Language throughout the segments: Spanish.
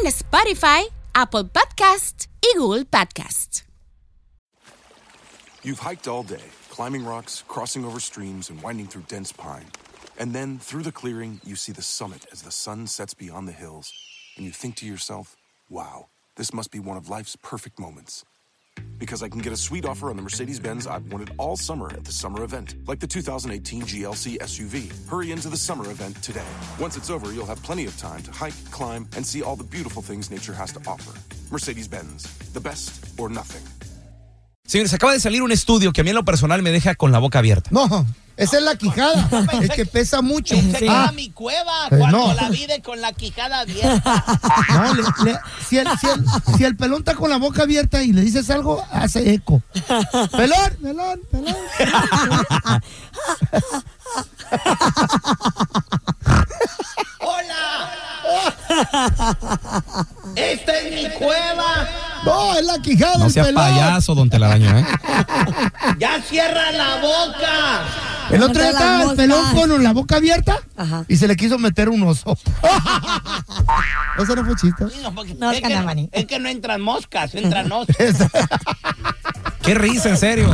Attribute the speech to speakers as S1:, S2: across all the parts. S1: en Spotify, Apple Podcast y Google Podcast.
S2: You've hiked all day, climbing rocks, crossing over streams, and winding through dense pine. And then, through the clearing, you see the summit as the sun sets beyond the hills. And you think to yourself, wow, this must be one of life's perfect moments. Because I can get a sweet offer on the Mercedes Benz I've wanted all summer at the summer event, like the 2018 GLC SUV. Hurry into the summer event today. Once it's over, you'll have plenty of time to hike, climb, and see all the beautiful things nature has to offer. Mercedes Benz, the best or nothing.
S3: Señores, acaba de salir un estudio que a mí en lo personal me deja con la boca abierta.
S4: No, esa es la quijada. Es que pesa mucho.
S5: Pensé que era
S4: Ah,
S5: mi cueva
S4: Eh,
S5: cuando
S4: no.
S5: la vi de con la quijada abierta.
S4: no, le- le- ah, si, el, si el- si el pelón está con la boca abierta y le dices algo, hace eco. Pelón, pelón, pelón.
S5: ¡Hola! ¡Esta es mi cueva!
S4: No, es la quijada
S3: No
S4: del
S3: sea
S4: pelón.
S3: payaso, don Telaraño, ¿eh?
S5: ¡Ya cierra la boca!
S4: El otro día
S6: Aguanta las
S4: estaba el pelón
S6: moscas.
S4: con la boca abierta
S6: Ajá.
S4: y se le quiso meter un oso. Ese no fue chiste.
S5: No, porque
S6: No,
S5: es, que,
S6: Canamani.
S5: es que no entran moscas, entran osos.
S3: Qué risa, en serio.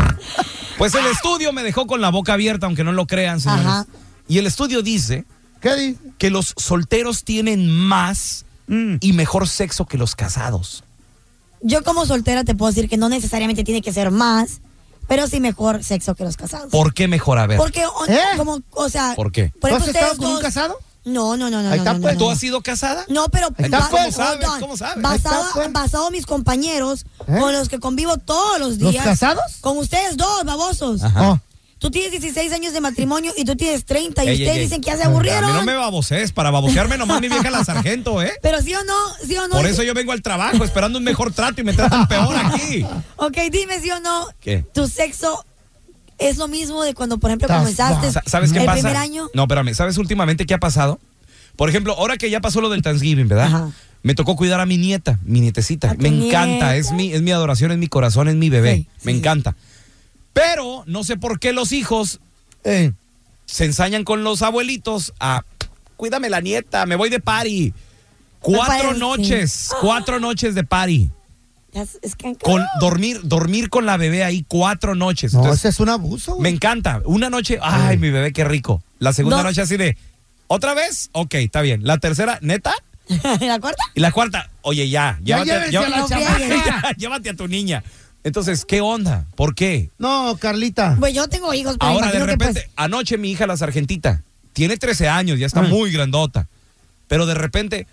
S3: Pues el estudio me dejó con la boca abierta, aunque no lo crean, señores.
S6: Ajá.
S3: Y el estudio dice
S4: ¿Qué dice?
S3: que los solteros tienen más
S4: Mm.
S3: y mejor sexo que los casados.
S6: Yo como soltera te puedo decir que no necesariamente tiene que ser más, pero sí mejor sexo que los casados.
S3: ¿Por qué mejor? A ver.
S6: Porque, o,
S4: ¿Eh?
S6: como, o sea...
S3: ¿Por qué?
S6: por
S4: ¿Tú has
S6: ejemplo,
S4: estado
S6: ustedes
S4: con un
S6: dos-
S4: casado?
S6: No, no, no, no.
S4: Ahí
S6: no,
S4: está,
S6: no,
S4: pues.
S6: no,
S3: ¿Tú
S6: no.
S3: has sido casada?
S6: No, pero
S4: Ahí está,
S6: ba-
S4: pues.
S6: hold
S3: ¿Cómo
S6: on.
S3: sabes? ¿Cómo sabes?
S4: Ahí
S6: Basado,
S4: está, pues.
S6: basado en mis compañeros
S4: ¿Eh?
S6: con los que convivo todos los
S4: ¿Los
S6: días.
S4: casados?
S6: Con ustedes dos, babosos.
S3: Ajá.
S4: Oh,
S6: Tú tienes 16 años de matrimonio y tú tienes 30 y
S3: Ey,
S6: ustedes
S3: ey, ey.
S6: dicen que ya se
S3: A
S6: aburrieron.
S3: mí no me babosees, para babosearme nomás mi vieja la sargento, ¿eh?
S6: Pero sí o no, sí o no.
S3: Por eso yo vengo al trabajo esperando un mejor trato y me tratan peor aquí.
S6: Ok, dime sí o no.
S3: ¿Qué?
S6: ¿Tu sexo es lo mismo de cuando, por ejemplo,
S4: Estás
S6: comenzaste
S3: Sa- ¿Sabes qué
S6: el
S3: pasa?
S6: primer año?
S3: No, espérame, ¿sabes últimamente qué ha pasado? Por ejemplo, ahora que ya pasó lo del Thanksgiving, ¿verdad?
S6: Ajá.
S3: Me tocó cuidar a mi nieta, mi nietecita.
S6: A tu
S3: Me encanta,
S6: nieta.
S3: es mi, es mi adoración, es mi corazón, es mi bebé.
S6: Sí,
S3: Me
S6: sí.
S3: encanta. Pero no sé por qué los hijos
S4: eh.
S3: se ensañan con los abuelitos a cuídame la nieta, me voy de party. Cuatro
S6: Papá, sí.
S3: noches, cuatro noches de party.
S6: Es, es que
S3: Con dormir, dormir con la bebé ahí cuatro noches.
S4: No,
S3: Entonces,
S4: ese es un abuso.
S3: me
S4: güey.
S3: encanta. Una noche, ay, mi bebé, qué rico. La segunda
S6: No.
S3: noche así de, ¿otra vez? Ok, está bien. La tercera, ¿neta?
S6: ¿La cuarta?
S3: Y la cuarta, oye, ya.
S4: Ya
S3: Llévate,
S4: llévense a la
S3: llá-
S6: No,
S4: chamaca.
S6: frieguen.
S3: ya, llévate a tu niña. Entonces, ¿qué onda? ¿Por qué?
S4: No, Carlita.
S6: Pues yo tengo hijos, pero
S3: Ahora, de
S6: imagino que, pues,
S3: repente, anoche mi hija, la sargentita, tiene 13 años, ya está
S4: Mm.
S3: muy grandota. Pero de repente,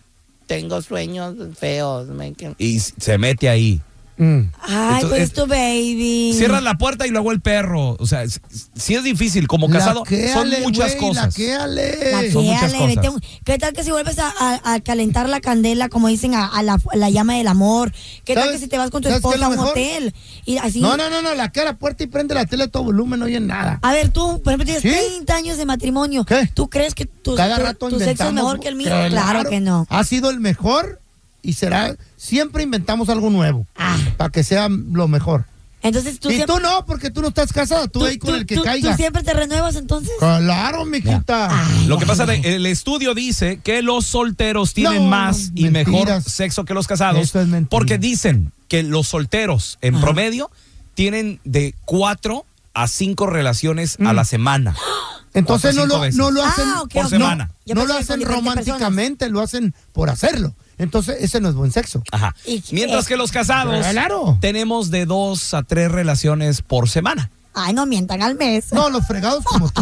S5: Tengo sueños feos. Me... que-
S3: y s- se mete ahí.
S4: Mm.
S6: Ay,
S3: Entonces,
S6: pues
S3: es-
S6: es tu baby.
S3: Cierras la puerta y luego el perro. O sea, s- s- sí es difícil. Como casado, son
S4: Laquéale,
S3: muchas
S4: güey,
S3: cosas.
S4: laquéale.
S6: La
S3: Son muchas
S6: quiérale, vete
S3: cosas.
S6: un- ¿Qué tal que si vuelves a, a- a calentar la candela, como dicen, a, a la, a la llama del amor? ¿Qué tal
S4: ¿Sabes?
S6: que si te vas con tu
S4: ¿Sabes qué es
S6: esposa
S4: lo
S6: a un
S4: mejor?
S6: hotel? Y así.
S4: No, no, no, no, la la puerta y prende la tele a todo volumen, no oye nada.
S6: A ver, tú, por ejemplo, tienes
S4: ¿Sí?
S6: 30 años de matrimonio.
S4: ¿Qué?
S6: pues ¿Tú crees que tu,
S4: Cada
S6: tu-
S4: rato
S6: tu sexo es
S4: inventamos-
S6: mejor que el mío? Claro que no.
S4: Ha sido el mejor y será. Siempre inventamos algo nuevo
S6: Ah.
S4: para que sea lo mejor.
S6: Entonces tú
S4: y
S6: siempre.
S4: tú no, porque tú no estás casada, tú, ahí con el que
S6: tú-
S4: caiga.
S6: tú siempre te renuevas entonces?
S4: Claro, mijita.
S3: Lo que pasa es que el estudio dice que los solteros tienen
S4: No,
S3: más y
S4: mentiras.
S3: mejor sexo que los casados.
S4: Eso es mentira.
S3: Porque dicen que los solteros, en
S6: Mm.
S3: promedio, tienen de cuatro a cinco relaciones a la semana.
S4: Entonces
S3: Hasta
S4: no
S3: cinco
S4: lo,
S3: veces.
S4: no lo
S6: Ah,
S4: hacen
S6: ok,
S3: Por
S6: ok.
S3: semana.
S6: Yo
S4: no
S6: pensé que
S4: lo
S6: con
S4: hacen
S6: diferentes
S4: románticamente, lo hacen por hacerlo. Entonces, ese no es buen sexo.
S3: Ajá.
S6: ¿Y qué?
S3: Mientras que los casados
S4: Claro.
S3: tenemos de dos a tres relaciones por semana.
S6: personas. Ay, no mientan al mes. No,
S4: No, los fregados como tú.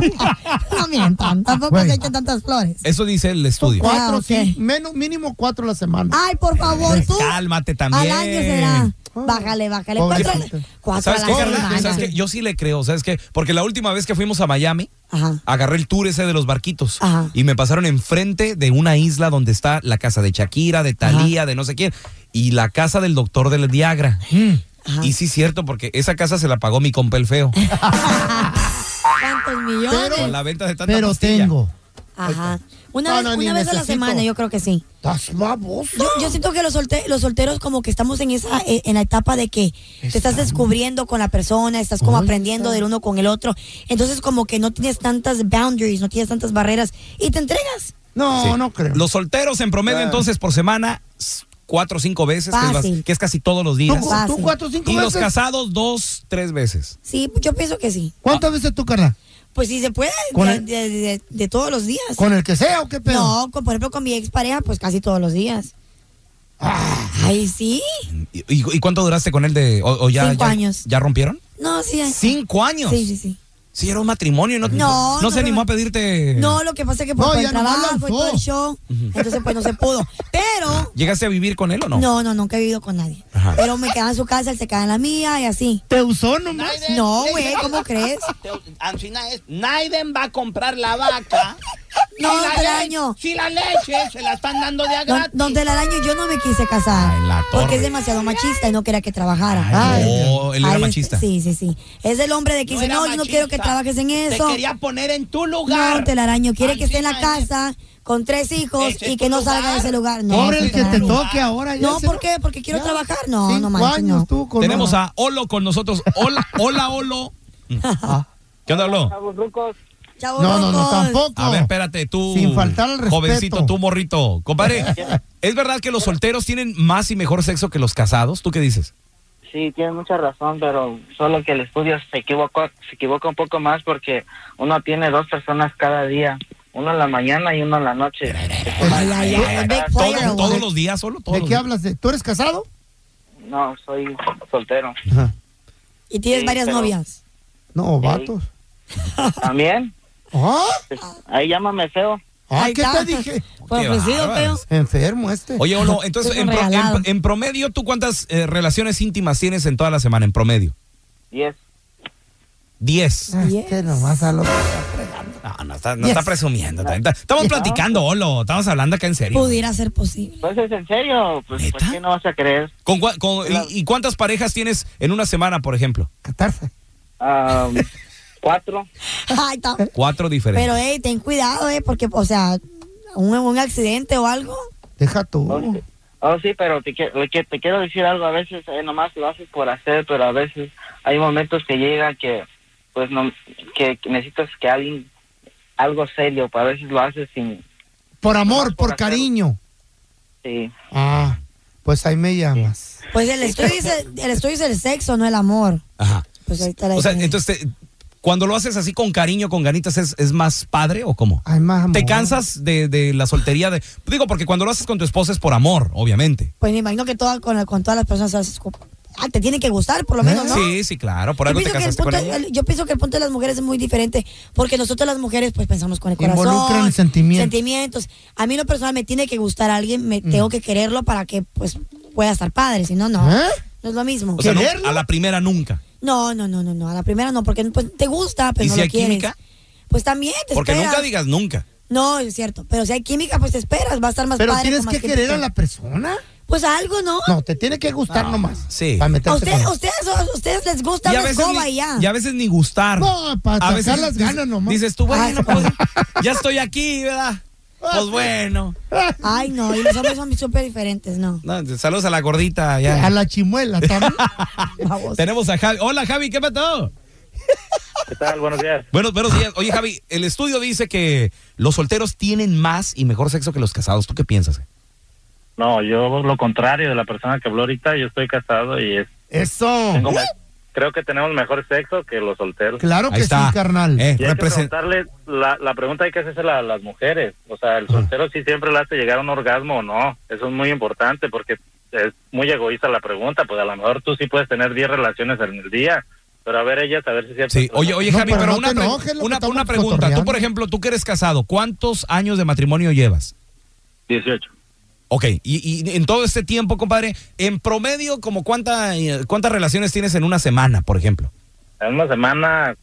S6: mientan. Tampoco
S4: Güey.
S6: se echen tantas flores.
S3: Eso dice el
S4: Son
S3: estudio.
S4: cuatro,
S6: Ah, ok. Ah.
S4: sí, menos, mínimo cuatro a la semana.
S6: Ay, por favor, tú.
S3: Cálmate
S6: Al
S3: también.
S6: año será.
S4: Oh.
S6: Bájale, bájale. Cuatro,
S4: Pobrecito.
S6: cuatro a
S3: ¿Sabes
S6: la
S3: qué, Carla?
S6: semana.
S3: ¿Sabes qué? Yo sí le creo, ¿sabes qué? Porque la última vez que fuimos a Miami,
S6: Ajá.
S3: agarré el tour ese de los barquitos
S6: Ajá.
S3: y me pasaron enfrente de una isla donde está la casa de Shakira, de Thalía, de no sé quién, y la casa del doctor del Viagra.
S6: Hmm. Ajá.
S3: Y sí, cierto, porque esa casa se la pagó mi compa el feo
S6: ¿Cuántos millones?
S3: con la venta de tanta
S4: Pero
S3: pastilla.
S4: tengo.
S6: Ajá. Una
S4: No,
S6: vez,
S4: Ah, no, ni
S6: una vez a la
S4: necesito.
S6: semana, yo creo que sí.
S4: ¿Estás baboso?
S6: Yo, yo siento que los, solte- los solteros como que estamos en esa eh, en la etapa de que te estás descubriendo con la persona, estás como aprendiendo del uno con el otro. Entonces como que no tienes tantas boundaries, no tienes tantas barreras y te entregas.
S4: No,
S3: Sí.
S4: no creo.
S3: Los solteros en promedio,
S4: Claro.
S3: entonces, por semana, s- cuatro o cinco veces, que es,
S6: Fácil.
S3: bas- que es casi todos los
S4: ¿Tú,
S3: días.
S4: tú
S6: Fácil.
S4: cuatro o cinco
S3: Y los
S4: veces?
S3: casados, dos, tres veces.
S6: Sí, yo pienso que sí.
S4: ¿Cuántas veces tú, Carla?
S6: Pues sí se puede,
S4: Con
S6: de,
S4: el-
S6: de- de- de todos los días.
S4: ¿Con el que sea o qué pedo?
S6: No, con- por ejemplo con mi expareja, pues casi todos los días.
S4: Ah.
S6: Ay, sí.
S3: ¿Y, y- y cuánto duraste con él de.? O, o ya,
S6: Cinco
S3: ya-
S6: años.
S3: ¿Ya rompieron?
S6: No, sí. ay.
S3: ¿Cinco años?
S6: Sí, sí, sí.
S3: Sí, era un matrimonio y no,
S6: No,
S3: no,
S6: no,
S3: se animó
S6: no.
S3: a pedirte.
S6: No, lo que pasa es que por
S4: No,
S6: todo
S4: ya
S6: el
S4: nomás
S6: trabajo y
S4: lanzó.
S6: todo el show, entonces pues no se pudo. Pero
S3: ¿Llegaste a vivir con él o no?
S6: No. no, nunca he vivido con nadie.
S3: Ajá.
S6: Pero me quedaba en su casa, él se quedaba en la mía y así.
S4: ¿Te usó nomás?
S5: Naiden,
S6: No,
S5: Naiden,
S6: güey, ¿cómo crees?
S5: te- Ancina es. Naiden va a comprar la vaca.
S6: No,
S5: Si la
S6: te la
S5: le-
S6: daño.
S5: Si la leche se la están dando de a
S6: Don,
S5: gratis.
S6: don Telaraño, yo no me quise casar.
S3: Ay, la torre.
S6: porque es demasiado machista y no quería que trabajara.
S3: Ay, no, Oh, él era
S6: Ay, es-
S3: machista.
S6: Sí, sí, sí. Es el hombre de que dice,
S5: era
S6: no, yo no
S5: machista.
S6: quiero que trabajes en eso.
S5: Te quería poner en tu lugar.
S6: No, Telaraño, quiere que esté en la
S5: Ancina es-
S6: casa con tres hijos
S5: Ese es
S6: y que
S5: tu
S6: no salga de
S5: lugar.
S6: ese lugar. No,
S4: Pobre el que te
S6: Telaraño.
S4: toque ahora. ya
S6: No,
S4: se-
S6: ¿por qué? Porque quiero
S4: Ya.
S6: trabajar. No,
S4: Cinco
S6: no manches,
S4: años
S6: no.
S4: tú con
S3: Tenemos
S4: uno.
S3: a Olo con nosotros. Hola, hola, Olo. ¿Qué onda, Olo?
S6: Chavos
S4: No, no, no,
S6: locos.
S4: tampoco.
S3: A ver, espérate, tú.
S4: Sin faltar al respeto.
S3: Jovencito, tú, morrito. Compadre, ¿es verdad que los solteros tienen más y mejor sexo que los casados? ¿Tú qué dices?
S7: Sí, tienes mucha razón, pero solo que el estudio se equivoca, se equivoca un poco más porque uno tiene dos personas cada día, uno en la mañana y uno en la noche.
S6: Ay, ay, ay, big
S3: ¿Todo-
S6: player,
S3: ¿Todos
S6: güey.
S3: los días, solo? Todos
S4: ¿De
S3: los
S4: Este, qué
S3: días?
S4: hablas? De... ¿Tú eres casado?
S7: No, soy soltero.
S4: Ajá.
S6: Y tienes
S7: Sí,
S6: varias
S7: pero-
S6: novias.
S4: No, vatos.
S7: ¿También?
S4: ¿Ah?
S7: Pues, ahí llámame feo.
S4: ¿Ah,
S6: Ahí
S4: ¿Qué
S6: está.
S4: te dije?
S6: Por
S5: Pues,
S3: Qué
S6: ofrecido,
S3: bárbaros.
S6: feo.
S4: Enfermo este.
S3: Oye, Olo, entonces,
S6: Es
S3: en,
S6: un
S3: pro- en-
S6: regalado.
S3: en promedio, ¿tú cuántas eh, relaciones íntimas tienes en toda la semana, en promedio?
S7: Diez.
S3: Diez.
S4: Ah,
S6: Yes.
S4: que nomás a lo-
S3: No, no está, no
S6: Yes.
S3: está presumiendo. está- está- Estamos platicando, Olo. Estamos hablando acá en serio.
S6: Pudiera ser posible.
S7: Pues es en serio, pues ¿por
S3: ¿Neta?
S7: qué no vas a creer?
S3: ¿Con cua- con- y, y cuántas parejas tienes en una semana, por ejemplo?
S4: Catarse.
S7: Ah, cuatro.
S6: Ay, ta-
S3: Cuatro diferentes.
S6: Pero, hey, ten cuidado, eh, porque, o sea, un, un accidente o algo.
S4: Deja
S7: Oh,
S4: tú.
S7: sí. Oh, sí, pero te, quie- lo que te quiero decir algo, a veces eh, nomás lo haces por hacer, pero a veces hay momentos que llega que pues no que que necesitas que alguien algo serio, pues a veces lo haces sin
S4: Por amor,
S7: Nomás
S4: por
S7: por hacer.
S4: cariño.
S7: sí.
S4: Ah, pues ahí me llamas.
S6: Pues el estudio dice, el estudio dice el sexo, no el amor.
S3: Ajá.
S6: Pues ahí está la
S3: O sea,
S6: diferencia.
S3: entonces, te- cuando lo haces así con cariño, con ganitas, ¿es, es más padre o cómo?
S4: Ay, más amor.
S3: ¿Te cansas de, de la soltería? De, digo, porque cuando lo haces con tu esposa es por amor, obviamente.
S6: Pues me imagino que toda, con, con todas las personas se hace como- Ah, te tiene que gustar, por lo menos, ¿no?
S3: Sí, sí, claro. Por algo te
S6: pienso que el
S3: casaste con
S6: punto-
S3: ella.
S6: el- yo pienso que el punto de las mujeres es muy diferente, porque nosotros las mujeres pues pensamos con el corazón.
S4: Involucran sentimientos.
S6: sentimientos. A mí en lo personal me tiene que gustar a alguien, me
S3: Mm.
S6: tengo que quererlo para que pues pueda estar padre, si no, no.
S4: ¿Eh?
S6: No es lo mismo.
S3: ¿Ah? O sea, no,
S4: ¿Quererlo?
S3: a la primera nunca.
S6: No, no, no, no, no. A la primera no, porque pues, te gusta, pero
S3: ¿Y
S6: no
S3: si
S6: lo
S3: hay
S6: quieres.
S3: química?
S6: Pues también te
S3: Porque
S6: esperas.
S3: nunca digas nunca.
S6: No, es cierto. Pero si hay química, pues te esperas. Va a estar más
S4: Pero
S6: padre.
S4: tienes
S6: con más
S4: que querer
S6: química.
S4: a la persona.
S6: Pues algo, ¿no?
S4: No, te tiene que gustar nomás.
S3: sí.
S4: Para
S6: A
S4: meterse
S6: usted-
S4: con-
S6: a ustedes, a ustedes les gusta una escoba
S3: ni,
S6: y ya.
S3: y a veces ni gustar.
S4: No, para
S3: a
S4: sacar
S3: veces
S4: las
S3: dices-
S4: ganas nomás.
S3: Dices tú,
S6: Ay,
S3: bueno,
S6: se
S3: pues,
S6: pasa.
S3: ya estoy aquí, ¿verdad? Pues bueno.
S4: Ah,
S6: Ay, no. Y los hombres son súper diferentes, ¿no?
S3: No, saludos a la gordita.
S4: A
S3: Ya.
S4: la chimuela también.
S6: Vamos.
S3: Tenemos a Javi. Hola, Javi, ¿qué pasó?
S7: ¿Qué tal? Buenos días.
S3: Bueno, buenos días. Oye, Javi, el estudio dice que los solteros tienen más y mejor sexo que los casados. ¿Tú qué piensas?
S7: No, yo lo contrario de la persona que habló ahorita, yo estoy casado y es
S4: Eso.
S7: Tengo, ma- creo que tenemos mejor sexo que los solteros.
S4: Claro que
S3: Ahí está.
S4: sí, carnal.
S3: Eh,
S7: Y hay que
S3: represent-
S7: preguntarle, la, la pregunta hay que hacérsela a las mujeres. O sea,
S3: Ah.
S7: el soltero sí siempre le hace llegar a un orgasmo o no. Eso es muy importante porque es muy egoísta la pregunta. Pues a lo mejor tú sí puedes tener 10 relaciones en el día. Pero a ver ellas, a ver si siempre...
S3: Sí, oye, oye,
S4: No,
S3: Javi,
S4: pero
S3: pero,
S4: no
S3: una,
S4: te
S3: pre-
S4: enojes, lo que
S3: una,
S4: estamos
S3: una pregunta. Tú,
S4: cotorreando.
S3: por ejemplo, tú que eres casado, ¿cuántos años de matrimonio llevas?
S7: 18.
S3: Ok, y, y en todo este tiempo, compadre, en promedio, como cuánta, eh, ¿cuántas relaciones tienes en una semana, por ejemplo?
S7: En una semana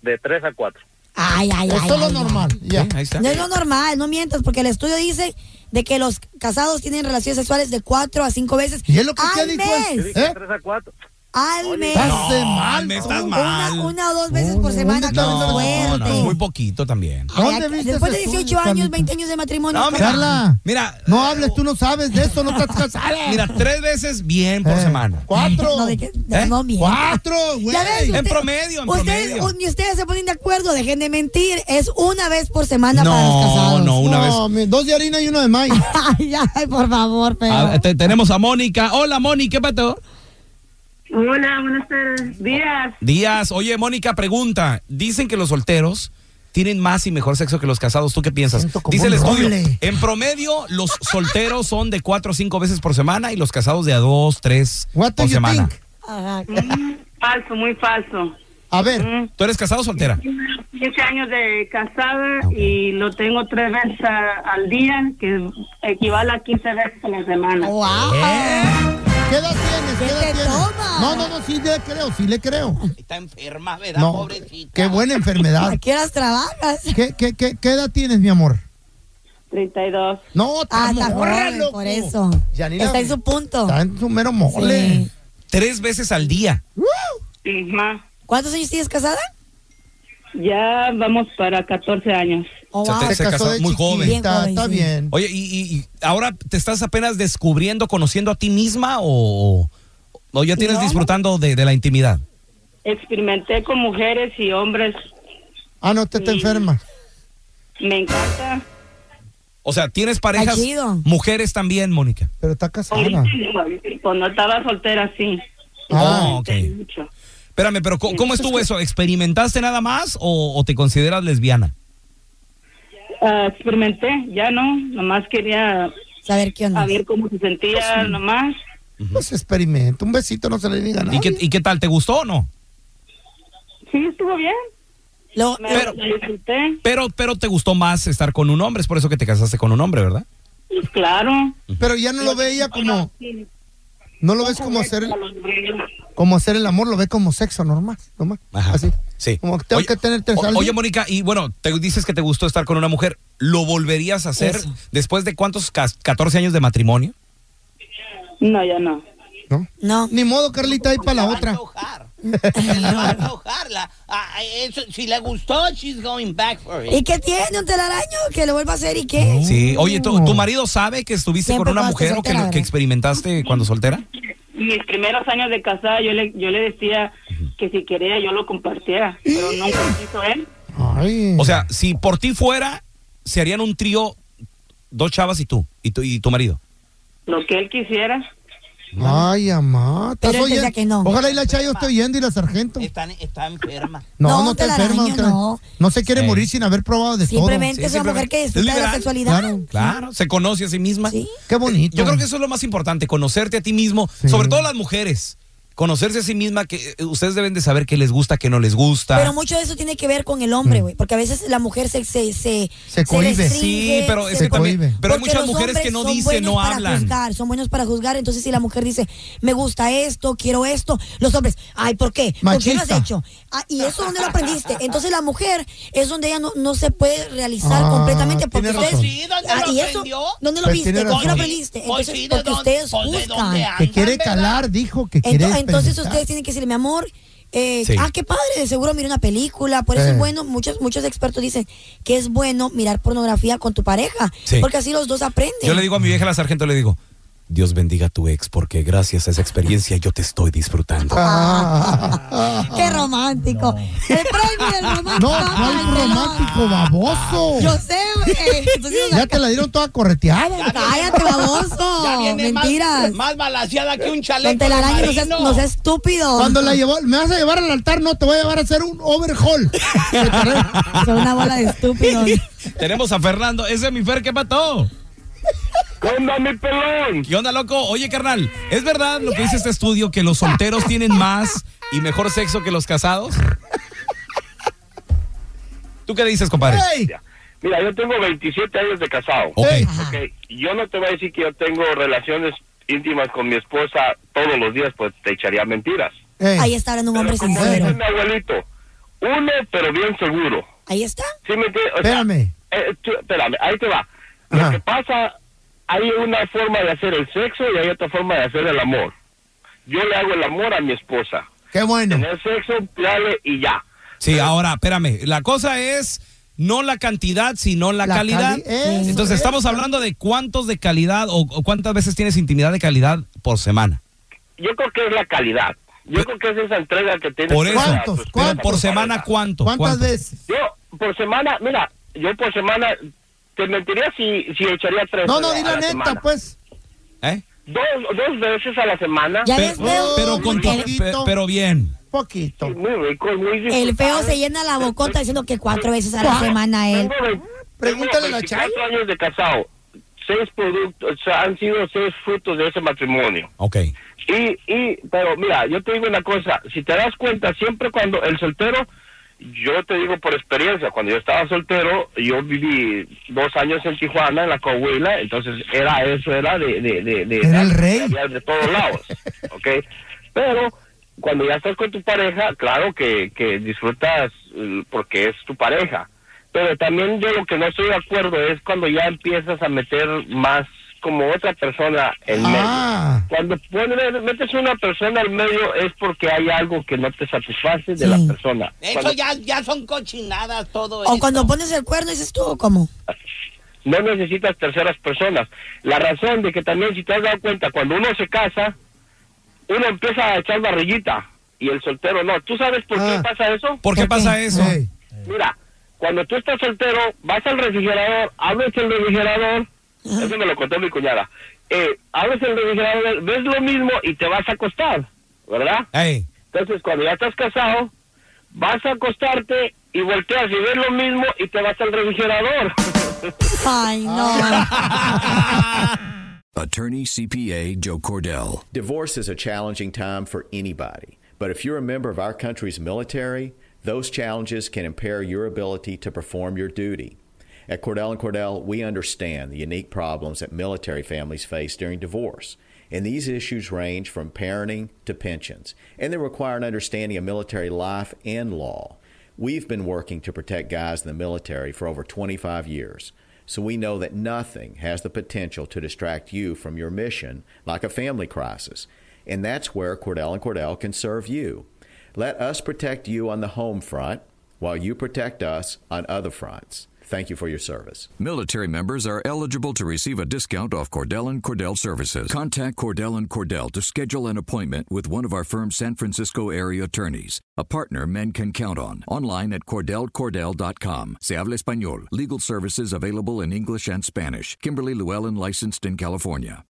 S7: de 3 a 4.
S6: Ay, ay, ay.
S4: Esto es lo
S6: ay,
S4: normal. Ya.
S3: Sí, Ahí está.
S6: ay. No es lo normal, no mientas, porque el estudio dice de que los casados tienen relaciones sexuales de cuatro a cinco veces
S4: Y es lo que te
S6: al
S4: dijo
S7: Yo
S6: mes.
S7: dije
S4: ¿Eh?
S7: 3 a 4.
S6: Al mes.
S4: Estás de mal.
S3: me
S4: tú.
S3: estás mal.
S6: Una, una o dos veces por
S4: No,
S6: semana,
S4: no,
S6: todo
S4: no,
S6: fuerte.
S3: No, es muy poquito también.
S6: Ay,
S4: ¿Dónde
S6: ay,
S4: viste
S6: Después de
S4: ese
S6: 18
S4: estudio,
S6: años,
S4: Carlita?
S6: 20 años de matrimonio.
S3: No,
S6: Carla.
S4: Carla.
S3: Mira,
S4: No hables, tú no sabes de eso, no estás casada.
S3: mira, tres veces bien por
S4: Eh,
S3: semana.
S4: Cuatro.
S6: No, de que- de-
S3: ¿Eh?
S6: no mientas.
S4: Cuatro, güey.
S6: Ya ves,
S3: En
S6: usted-
S3: promedio, en
S6: ustedes,
S3: promedio.
S6: un- y ustedes se ponen de acuerdo, dejen de mentir. Es una vez por semana para los
S3: No,
S6: casados.
S3: no, una vez.
S4: No, mi- dos de harina y uno de maíz.
S6: Ay, ay, por favor, pero.
S3: A ver, Ah, te- tenemos a Mónica. Hola, Mónica, ¿qué pato?
S8: Hola, buenas tardes. Días.
S3: Díaz, oye, Mónica, pregunta. Dicen que los solteros tienen más y mejor sexo que los casados. ¿Tú qué piensas?
S4: Siento como
S3: Dice el
S4: un
S3: estudio.
S4: roble.
S3: En promedio, los solteros son de cuatro o cinco veces por semana y los casados de a dos, tres
S4: What do
S3: por
S4: you
S3: semana.
S4: think?
S6: Ajá.
S8: Mm, falso, muy falso.
S4: A ver,
S8: Mm,
S3: ¿Tú eres casado o soltera?
S8: 15 años de casada
S9: Ah,
S3: Ok.
S8: y lo tengo tres veces a- al día, que equivale a 15 veces a la semana.
S6: Wow.
S4: ¿Eh? ¿qué edad tienes?
S6: ¿Qué
S4: ¿Qué edad
S6: te
S4: tienes?
S6: toma?
S4: No, no, no, sí le creo, sí le creo.
S5: Está enferma, ¿verdad?
S4: No,
S5: Pobrecita.
S4: qué buena enfermedad.
S6: ¿A qué horas trabajas?
S4: ¿Qué, qué, qué, qué edad tienes, mi amor?
S8: 32.
S4: No, está
S6: Ah, está
S4: morra,
S6: joven,
S4: loco.
S6: por eso.
S4: Yanira,
S6: Está en su punto.
S4: Está en su mero mole.
S6: Sí.
S3: Tres veces al día.
S8: Ajá.
S6: ¿Cuántos años tienes casada?
S8: Ya vamos para 14 años.
S6: Oh,
S3: Se
S6: wow.
S3: te- se casó
S4: de
S3: muy joven.
S6: Bien
S4: chiquita,
S6: joven,
S4: Está
S6: sí.
S4: bien.
S3: Oye, y, y- y ahora te estás apenas descubriendo, conociendo a ti misma o, o ya tienes
S8: No.
S3: disfrutando de, de la intimidad?
S8: Experimenté con mujeres y hombres.
S4: Ah, no, te, te
S8: Sí.
S4: enferma.
S8: Me encanta.
S3: O sea, tienes parejas,
S6: chido.
S3: mujeres también, Mónica.
S4: Pero está casada.
S8: Cuando estaba soltera, sí.
S3: Ah,
S4: Ah,
S3: ok.
S8: Mucho.
S3: Espérame, pero ¿cómo, cómo estuvo eso? ¿Experimentaste nada más o, o te consideras lesbiana?
S8: Ah, experimenté, ya no. Nomás quería
S6: Saber qué onda.
S8: a ver cómo se sentía, nomás.
S4: pues experimento. Un besito no se le diga nada.
S3: ¿Y qué, y qué tal? ¿Te gustó o no?
S8: Sí, estuvo bien.
S6: Luego-
S8: Me
S3: Pero-
S8: lo disfruté.
S3: Pero, pero te gustó más estar con un hombre, es por eso que te casaste con un hombre, ¿verdad?
S8: Pues claro.
S4: Pero ya no lo ve ella como.
S8: Sí.
S4: No lo ves como hacer,
S8: A los brillos.
S4: como hacer el amor, lo ve como sexo normal. Nomás. Así.
S3: Sí.
S4: Ah, Como que tengo que tener tres
S3: o-
S4: al
S3: Oye,
S4: día.
S3: Mónica, y bueno, te dices que te gustó estar con una mujer. ¿Lo volverías a hacer
S6: Eso.
S3: después de cuántos cas- 14 años de matrimonio?
S8: No, ya no.
S4: ¿No?
S6: No.
S4: Ni modo, Carlita, ahí para la otra.
S5: antojar. Se le va a antojar. La, a- a- Ah, eh, eso, si le gustó, she's going back for it.
S6: ¿Y qué tiene un telaraño? ¿Que lo vuelva a hacer y
S4: Oh.
S6: qué?
S3: Sí. Oye, ¿tu, tu marido sabe que estuviste
S6: Siempre
S3: con una
S6: cuando
S3: mujer o que,
S6: soltera,
S3: lo- que
S6: ¿verdad?
S3: experimentaste cuando soltera?
S8: Mis primeros años de casada, yo le, yo le decía que si quería yo lo compartiera, pero nunca quiso él.
S4: Ay.
S3: O sea, si por ti fuera, se harían un trío, dos chavas y tú, y tu, y tu marido.
S8: Lo que él quisiera.
S4: Ay, amá. ¿Estás
S6: Pero él decía
S4: oyendo?
S6: que no.
S4: Ojalá y la Chayo esté oyendo y la Sargento.
S5: Está, está enferma.
S4: No, no,
S6: No,
S4: te
S6: telaraño,
S4: enferma. No, te-
S6: no.
S4: no se quiere
S3: Sí.
S4: morir sin haber probado de
S6: Simplemente
S3: Sí,
S6: es una mujer
S3: simplemente.
S6: que disfruta de
S3: Liberal.
S6: la sexualidad.
S4: Claro.
S3: Claro, se conoce a sí misma.
S6: Sí.
S4: todo. Qué bonito.
S3: Yo creo que eso es lo más importante, conocerte a ti mismo,
S4: Sí.
S3: sobre todo las mujeres. Conocerse a sí misma, que eh, ustedes deben de saber qué les gusta, qué no les gusta. Mm.
S6: Pero mucho de eso tiene que ver con el hombre, güey. Porque a veces la mujer se. Se, se,
S4: Se cohíbe.
S6: restringe,
S3: sí, pero es
S6: se-
S3: que también,
S4: cohíbe.
S3: pero hay
S6: Porque
S3: muchas
S6: los
S3: mujeres que
S6: hombres
S3: no
S6: son
S3: dicen,
S6: buenos
S3: no
S6: para
S3: hablan.
S6: juzgar, son buenos para juzgar. Entonces, si la mujer dice, me gusta esto, quiero esto, los hombres, ay, ¿por qué? ¿Por qué lo has
S4: Machista.
S6: hecho? Ah, ¿Y eso dónde lo aprendiste? Entonces, la mujer es donde ella no, no se puede realizar
S4: Ah,
S6: completamente. Porque
S4: tiene
S6: ustedes,
S4: razón.
S5: Pues Sí, ¿dónde lo
S6: ¿y eso?
S5: aprendió?
S6: ¿Dónde lo
S4: Pues
S6: viste? ¿Por
S4: tiene
S6: qué lo
S4: razón.
S6: aprendiste?
S5: Pues
S6: Entonces,
S5: sí, ¿de
S6: porque
S5: dónde-
S6: ustedes
S5: pues de
S6: juzgan.
S5: dónde
S4: Que
S5: andan,
S4: quiere
S5: verdad?
S4: calar, dijo que quiere
S6: Ento- entonces
S4: experimentar.
S6: ustedes tienen que decirle, mi amor, eh,
S3: Sí.
S6: ah, qué padre, de seguro mira una película. Por eso
S4: Eh.
S6: es bueno, muchos, muchos expertos dicen que es bueno mirar pornografía con tu pareja,
S3: Sí.
S6: porque así los dos aprenden.
S3: Yo le digo a mi vieja la sargento, le digo,
S10: Dios bendiga a tu ex porque gracias a esa experiencia yo te estoy disfrutando.
S6: Ah, Qué romántico. El premio del romántico.
S4: Ah. No, no hay romántico, baboso.
S6: Ah. Yo Ah. sé, eh, entonces
S4: Ya te la dieron toda correteada.
S6: cállate, baboso.
S5: Ya viene más-
S6: Mentiras.
S5: Más, balaseada que un chaleco.
S6: Don Telaraño,
S5: de
S6: no seas,
S5: marino.
S6: no seas estúpido.
S4: Cuando la llevó, me vas a llevar al altar, no te voy a llevar a hacer un overhaul.
S6: Son una bola de estúpidos.
S3: Tenemos a Fernando. Ese es mi Fer, ¿qué mató?
S9: ¿Qué onda, mi pelón?
S3: ¿Qué onda, loco? Oye, carnal, ¿es verdad lo que dice este estudio que los solteros tienen más y mejor sexo que los casados? ¿Tú qué dices, compadre?
S9: Mira, yo tengo 27 años de casado.
S3: Ok.
S9: Ok, Yo no te voy a decir que yo tengo relaciones íntimas con mi esposa todos los días, pues te echaría mentiras.
S6: Ahí está hablando un hombre sincero.
S9: Es mi abuelito. Uno, pero bien seguro.
S6: Ahí está.
S9: ¿Sí me entiendes? O sea,
S4: Espérame.
S9: eh, tú- espérame, ahí te va. Lo que pasa, hay una forma de hacer el sexo y hay otra forma de hacer el amor. Yo le hago el amor a mi esposa.
S4: Qué bueno.
S9: Tener sexo, dale y ya.
S3: Sí, ahora, espérame. La cosa es no la cantidad, sino la,
S4: La
S3: calidad.
S4: cali- eso,
S3: Entonces, estamos
S4: eso.
S3: hablando de cuántos de calidad o, o cuántas veces tienes intimidad de calidad por semana.
S9: Yo creo que es la calidad. Yo creo que es esa entrega que tienes.
S3: Por
S9: que
S3: eso.
S9: dar a tu
S4: ¿Cuántos?
S9: esposa,
S3: Pero
S9: a tu
S3: por
S9: pareja.
S3: semana, ¿cuánto?
S4: ¿Cuántas
S3: ¿Cuánto?
S4: veces?
S9: Yo, por semana, mira, yo por semana, te mentiría si, si echaría tres.
S4: No, no,
S9: a
S4: di la
S9: la
S4: neta,
S9: semana.
S4: pues.
S3: ¿Eh?
S9: Dos, dos veces a la semana.
S6: Ya
S3: Pero,
S6: ves, feo.
S3: pero con tu-
S4: Poquito.
S3: pe- pero bien.
S4: Poquito.
S9: Muy rico, muy
S6: El feo
S9: disfrutable.
S6: se llena la bocota diciendo que cuatro veces a la semana él.
S9: Tengo vein-
S4: Pregúntale a la
S9: tengo
S4: Chayo.
S9: 24 años de casado. Seis productos, o sea, han sido seis frutos de ese matrimonio.
S3: Ok.
S9: Y, y, pero mira, yo te digo una cosa, si te das cuenta, siempre cuando el soltero, yo te digo por experiencia, cuando yo estaba soltero, yo viví dos años en Tijuana, en la Coahuila, entonces era eso, era de... de, de, de-
S4: Era el
S9: de-
S4: rey.
S9: había De todos lados, ¿ok? Pero cuando ya estás con tu pareja, claro que, que disfrutas eh, porque es tu pareja. Pero también yo lo que no estoy de acuerdo es cuando ya empiezas a meter más como otra persona en medio
S4: Ah.
S9: cuando pones, metes una persona al medio es porque hay algo que no te satisface de la
S6: Sí.
S9: persona.
S5: Eso
S9: Cuando
S5: ya, ya son cochinadas todo
S6: O
S5: eso.
S6: cuando pones el cuerno dices tú, ¿cómo?
S9: No necesitas terceras personas. La razón de que también, si te has dado cuenta, cuando uno se casa, uno empieza a echar barrillita y el soltero no. ¿Tú sabes por
S4: Ah.
S9: qué pasa eso?
S3: ¿Por qué
S6: Ok.
S3: pasa eso?
S4: Ey.
S9: Mira, cuando tú estás soltero, vas al refrigerador, abres el refrigerador, eso me lo contó mi cuñada, eh, abres el refrigerador, ves lo mismo y te vas a acostar, ¿verdad?
S3: Ey.
S9: Entonces, cuando ya estás casado, vas a acostarte y volteas y ves lo mismo y te vas al refrigerador.
S6: Ay, no.
S11: Attorney CPA Joe Cordell.
S12: Divorce is a challenging time for anybody, but if you're a member of our country's military, those challenges can impair your ability to perform your duty. At Cordell and Cordell, we understand the unique problems that military families face during divorce, and these issues range from parenting to pensions, and they require an understanding of military life and law. We've been working to protect guys in the military for over 25 years, so we know that nothing has the potential to distract you from your mission like a family crisis. And that's where Cordell and Cordell can serve you. Let us protect you on the home front while you protect us on other fronts. Thank you for your service.
S11: Military members are eligible to receive a discount off Cordell and Cordell services. Contact Cordell and Cordell to schedule an appointment with one of our firm's San Francisco area attorneys, a partner men can count on. Online at cordellcordell.com. Se habla español. Legal services available in English and Spanish. Kimberly Llewellyn licensed in California.